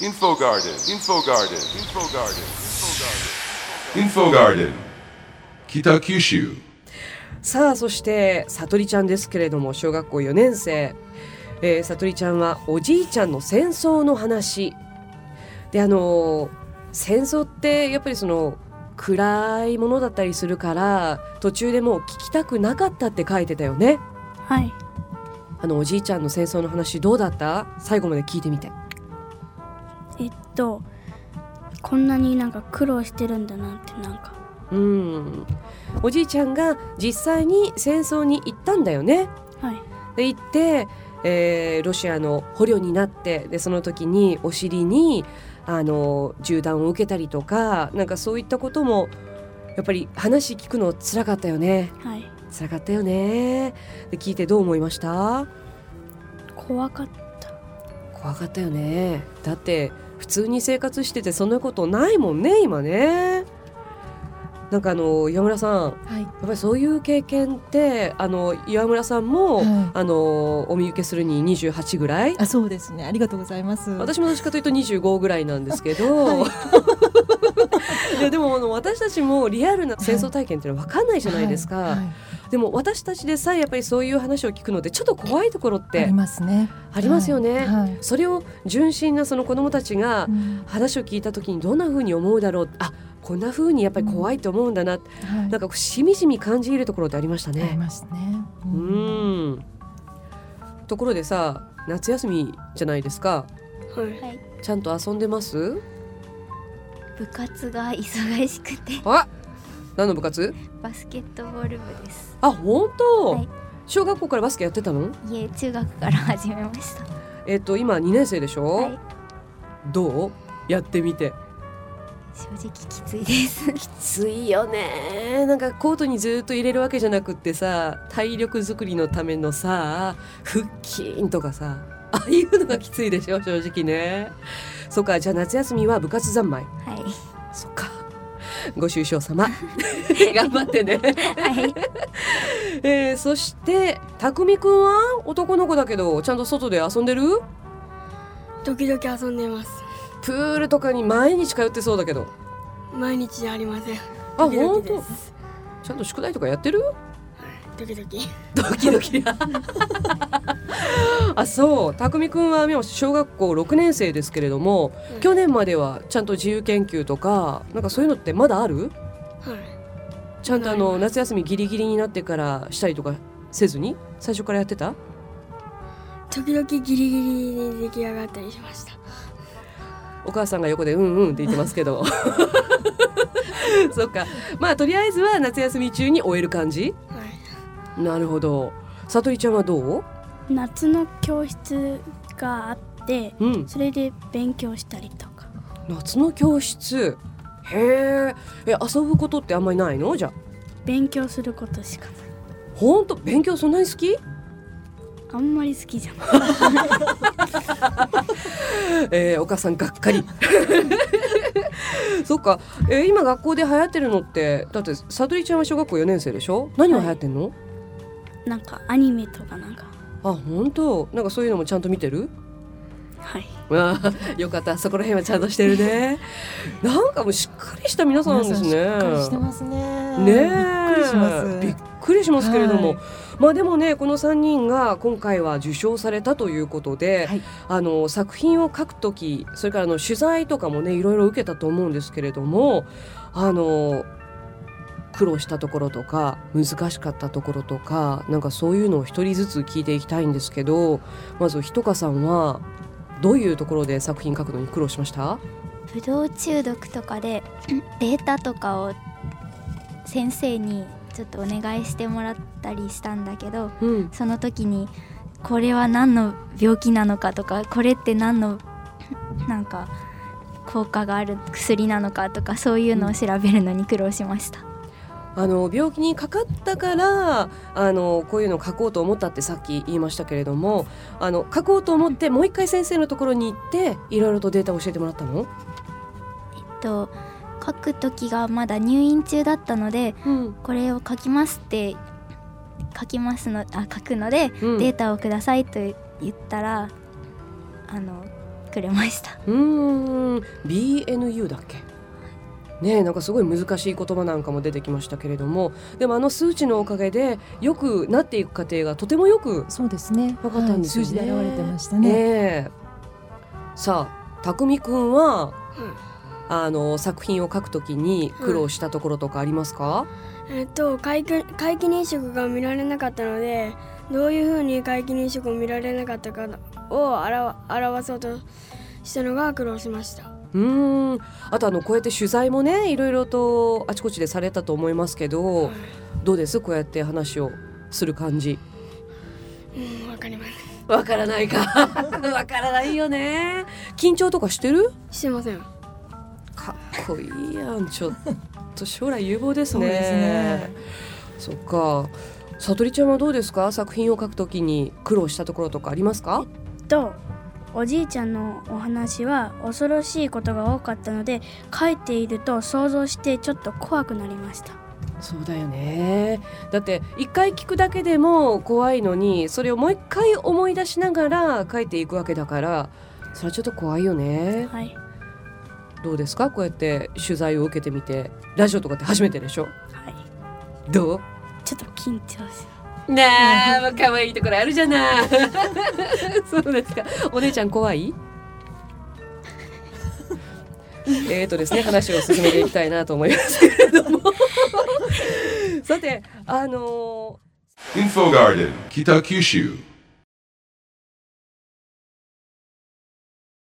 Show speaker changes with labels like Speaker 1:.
Speaker 1: Info Garden. Info Garden. Info Garden. Info Garden. Kitakyushu.
Speaker 2: さあそしてさとりちゃんですけれども小学校4年生、えー、さとりちゃんはおじいちゃんの戦争の話であのー戦争ってやっぱりその暗いものだったりするから途中でもう聞きたくなかったって書いてたよね
Speaker 3: はい
Speaker 2: あのおじいちゃんの戦争の話どうだった最後まで聞いてみて
Speaker 3: えっとこんなになんか苦労してるんだなってなんか
Speaker 2: うんおじいちゃんが実際に戦争に行ったんだよね
Speaker 3: はい
Speaker 2: で行って、えーロシアの捕虜になってでその時にお尻にあの銃弾を受けたりとかなんかそういったこともやっぱり話聞くのつらかったよね
Speaker 3: はい
Speaker 2: つらかったよねで聞いてどう思いました
Speaker 3: 怖かった
Speaker 2: 怖かったよねだって普通に生活しててそんなことないもんね今ねなんかあの岩村さんや
Speaker 4: はい、
Speaker 2: っぱりそういう経験ってあの岩村さんも、
Speaker 4: はい
Speaker 2: あのお見受けするに28ぐらい
Speaker 4: あそうですねありがとうございます
Speaker 2: 私もどっちかというと25ぐらいなんですけど、 い、やでもあの私たちもリアルな戦争体験っていうのは分かんないじゃないですか、
Speaker 4: はいはい
Speaker 2: でも私たちでさえやっぱりそういう話を聞くのでちょっと怖いところっ
Speaker 4: あ
Speaker 2: て
Speaker 4: りますね
Speaker 2: ありますよね、
Speaker 4: はいはい
Speaker 2: それを純真なその子どもたちが
Speaker 4: うん
Speaker 2: 話を聞いた時にどんな風に思うだろうあこんな風にやっぱり怖いと思うんだな、
Speaker 4: はい
Speaker 2: なんかしみじみ感じ入るところってありました
Speaker 4: あり
Speaker 2: ね。
Speaker 4: ますねう
Speaker 2: う、んところでさ夏休みじゃないですか
Speaker 3: はい、
Speaker 2: ちゃんと遊んでます
Speaker 5: 部活が忙しくて
Speaker 2: あ何の部活
Speaker 5: バスケットボール部です
Speaker 2: あ本当、
Speaker 5: はい
Speaker 2: 小学校からバスケやってたの
Speaker 5: いえ中学から始めました
Speaker 2: えっ、と今2年生でしょ、
Speaker 5: はい
Speaker 2: どうやってみて
Speaker 5: 正直きつい です
Speaker 2: きついよねなんかコートにずっと入れるわけじゃなくってさ体力づくりのためのさ腹筋とかさああいうのがきついでしょ正直ねそっかじゃあ夏休みは部活三昧
Speaker 5: はい
Speaker 2: そっかご愁傷様頑張ってね
Speaker 5: はい
Speaker 2: えー、そしてたくみくんは男の子だけどちゃんと外で遊んでる
Speaker 6: 時々遊んでます
Speaker 2: プールとかに毎日通ってそうだけど
Speaker 6: 毎日じゃありません
Speaker 2: あ
Speaker 6: 時々
Speaker 2: 本
Speaker 6: で
Speaker 2: 当
Speaker 6: す
Speaker 2: ちゃんと宿題とかやってる
Speaker 6: 時々
Speaker 2: ドキドキあそうたくみくんは今小学校6年生ですけれども、
Speaker 6: うん
Speaker 2: 去年まではちゃんと自由研究とかなんかそういうのってまだある
Speaker 6: はい
Speaker 2: ちゃんとあの夏休みギリギリになってからしたりとかせずに最初からやってた
Speaker 6: 時々ギリギリに出来上がったりしました
Speaker 2: お母さんが横でうんうんって言ってますけ ど そっかまあとりあえずは夏休み中に終える感じ
Speaker 6: はい
Speaker 2: なるほどさとりちゃんはどう
Speaker 3: 夏の教室があって
Speaker 2: うん
Speaker 3: それで勉強したりとか
Speaker 2: 夏の教室へーえ遊ぶことってあんまりないのじゃあ
Speaker 3: 勉強することしかない
Speaker 2: ほんと勉強そんなに好き
Speaker 3: あんまり好きじゃない
Speaker 2: えー、お母さんがっか りそっか、えー、今学校で流行ってるのってだってさとりちゃんは小学校4年生でしょ何が流行ってんの、
Speaker 3: なんかアニメとかなんか
Speaker 2: あ本当なんかそういうのもちゃんと見てる
Speaker 3: はい
Speaker 2: あー よかったそこら辺はちゃんとしてるね なんかもうしっかりした皆さんなんですね
Speaker 4: 皆さんしっかりしてますね
Speaker 2: ねえ
Speaker 4: びっくりします
Speaker 2: びっくりしますけれども、
Speaker 4: はい
Speaker 2: まあでもねこの3人が今回は受賞されたということで、
Speaker 4: はい
Speaker 2: あの作品を書くときそれからあの取材とかもねいろいろ受けたと思うんですけれどもあの苦労したところとか難しかったところとかなんかそういうのを一人ずつ聞いていきたいんですけどまずひとかさんはどういうところで作品書くのに苦労しました
Speaker 5: ブドウ中毒とかでデータとかを先生にちょっとお願いしてもらったりしたんだけど
Speaker 2: うん
Speaker 5: その時にこれは何の病気なのかとかこれって何のなんか効果がある薬なのかとかそういうのを調べるのに苦労しました。
Speaker 2: あの病気にかかったからあのこういうのを書こうと思ったってさっき言いましたけれどもあの書こうと思ってもう一回先生のところに行っていろいろとデータを教えてもらったの、
Speaker 5: と書く時がまだ入院中だったので
Speaker 2: うん
Speaker 5: これを書きますって書きますのあ書くので、
Speaker 2: うん
Speaker 5: データをくださいと言ったらあのくれました
Speaker 2: うーん BNU だっけねえなんかすごい難しい言葉なんかも出てきましたけれどもでもあの数値のおかげでよくなっていく過程がとてもよく
Speaker 4: そうですね。
Speaker 2: わかったんですよね
Speaker 4: 数字で表れてました
Speaker 2: ね
Speaker 4: ね。
Speaker 2: えさあたくみくんは、あの作品を書くときに苦労したところとかありますか、
Speaker 6: えっと皆既皆既認食が見られなかったのでどういうふうに皆既認食を見られなかったかを表表そうとしたのが苦労しました
Speaker 2: うーんあとあのこうやって取材もねいろいろとあちこちでされたと思いますけど、
Speaker 6: はい
Speaker 2: どうですこうやって話をする感じ
Speaker 6: うんわかりま
Speaker 2: わからないか わからないよね緊張とかしてる
Speaker 6: すしてません
Speaker 2: かっこいいやんちょっと将来有望ですね
Speaker 4: そうですね
Speaker 2: そっかさとりちゃんはどうですか作品を書くときに苦労したところとかありますか
Speaker 3: とおじいちゃんのお話は恐ろしいことが多かったので書いていると想像してちょっと怖くなりました
Speaker 2: そうだよねだって一回聞くだけでも怖いのにそれをもう一回思い出しながら書いていくわけだからそれはちょっと怖いよね
Speaker 3: はい
Speaker 2: どうですかこうやって取材を受けてみてラジオとかって初めてでしょ
Speaker 3: はい
Speaker 2: どう
Speaker 3: ちょっと緊張します
Speaker 2: ねえ、まあ可愛いところあるじゃない。 そうですか。お姉ちゃん怖い？えーとですね話を進めていきたいなと思いますけれども。 さてあのー
Speaker 1: Info Garden, Kitakyushu.